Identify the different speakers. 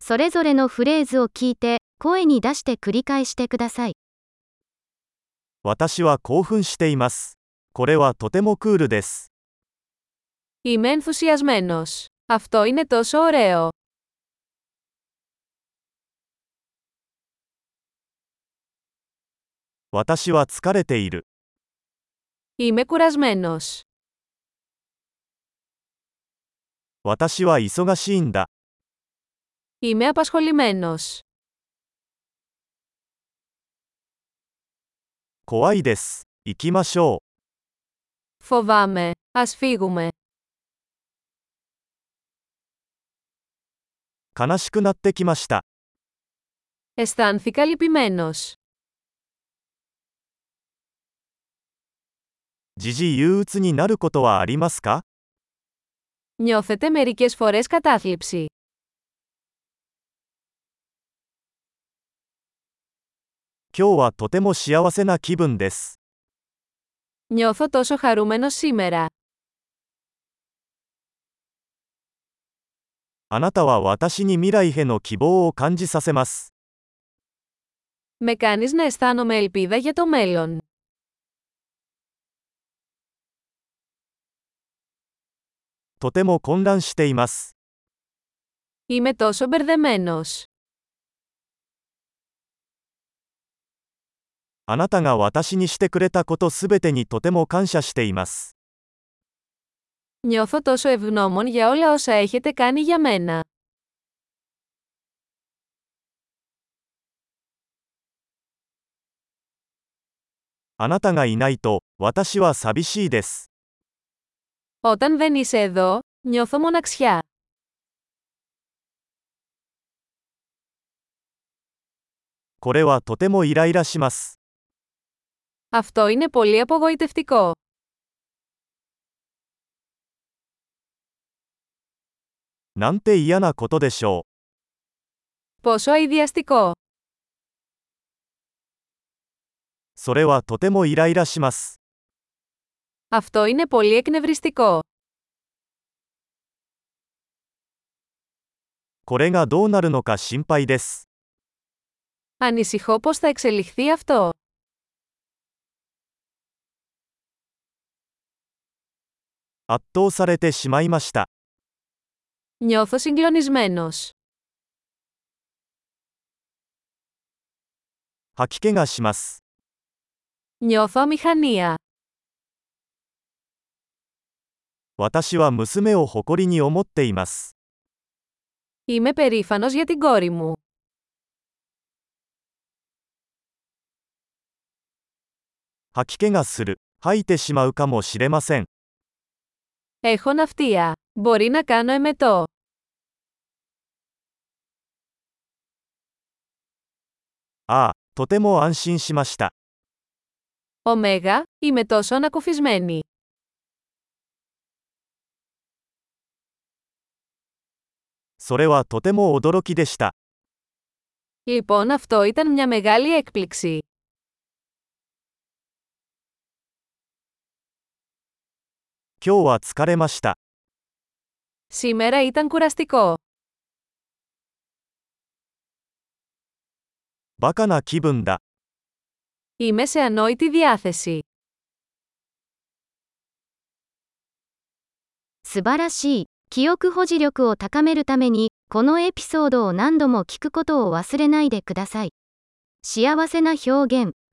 Speaker 1: それぞれのフレーズを聞いて、声に出して繰り返してください。
Speaker 2: 私は興奮しています。これはとてもクールです。
Speaker 3: Είμαι ενθουσιασμένος. Αυτό είναι τόσο ωραίο.
Speaker 2: 私は疲れている。
Speaker 3: Είμαι κουρασμένος.
Speaker 2: 私は忙しいんだ。
Speaker 3: Είμαι απασχολημένος.
Speaker 2: 怖いです。行きましょ
Speaker 3: Φοβάμαι. Ας φύγουμε.
Speaker 2: う。悲しくなってきました。
Speaker 3: Αισθάνθηκα λυπημένος.
Speaker 2: 時々憂鬱になることはありますか
Speaker 3: Νιώθετε μερικές φορές κατάθλιψη.
Speaker 2: 今日はとても幸せな気分です。
Speaker 3: Νιώθω τόσο χαρούμενος σήμερα.
Speaker 2: あなたは私に未来への希望を感じさせます。
Speaker 3: Με κάνεις να αισθάνομαι ελπίδα για το μέλλον.
Speaker 2: とても混乱しています。
Speaker 3: Είμαι τόσο μπερδεμένος.
Speaker 2: あなたが私にしてくれたことすべてにとても感謝しています。
Speaker 3: Νιώθω τόσο ευγνώμων για όλα όσα έχετε κάνει για μένα.
Speaker 2: あなたがいないと、私は寂しいです。
Speaker 3: Όταν δεν είσαι εδώ, νιώθω μοναξιά.
Speaker 2: これはとてもイライラします。
Speaker 3: Αυτό είναι πολύ απογοητευτικό.
Speaker 2: なんて嫌なことでしょう。
Speaker 3: Πόσο αειδιαστικό.
Speaker 2: それはとてもイライラします。
Speaker 3: Αυτό είναι πολύ εκνευριστικό.
Speaker 2: これがどうなるのか心配です。
Speaker 3: Ανησυχώ πώς θα εξελιχθεί αυτό.
Speaker 2: 圧倒されてしまいました。
Speaker 3: Νιώθω συγκλονισμένος.
Speaker 2: 吐き気がします。
Speaker 3: Νιώθω αμηχανία.
Speaker 2: 私は娘を誇りに思っています。
Speaker 3: Είμαι περήφανος για την κόρη μου.
Speaker 2: 吐き気がする。吐いてしまうかもしれません。
Speaker 3: Έχω ναυτία. Μπορεί να κάνω εμετό.
Speaker 2: ああ、とても安心しました。
Speaker 3: Ωμέγα, είμαι τόσο ανακουφισμένη.
Speaker 2: それはとても驚きでした。
Speaker 3: Λοιπόν αυτό ήταν μια μεγάλη έκπληξη.
Speaker 2: 今日は疲れました。
Speaker 3: Σήμερα ήταν κουραστικό.
Speaker 2: バカな気分だ。
Speaker 3: Είμαι σε ανόητη διάθεση.
Speaker 1: 素晴らしい。記憶保持力を高めるために、このエピソードを何度も聞くことを忘れないでください。幸せな表現、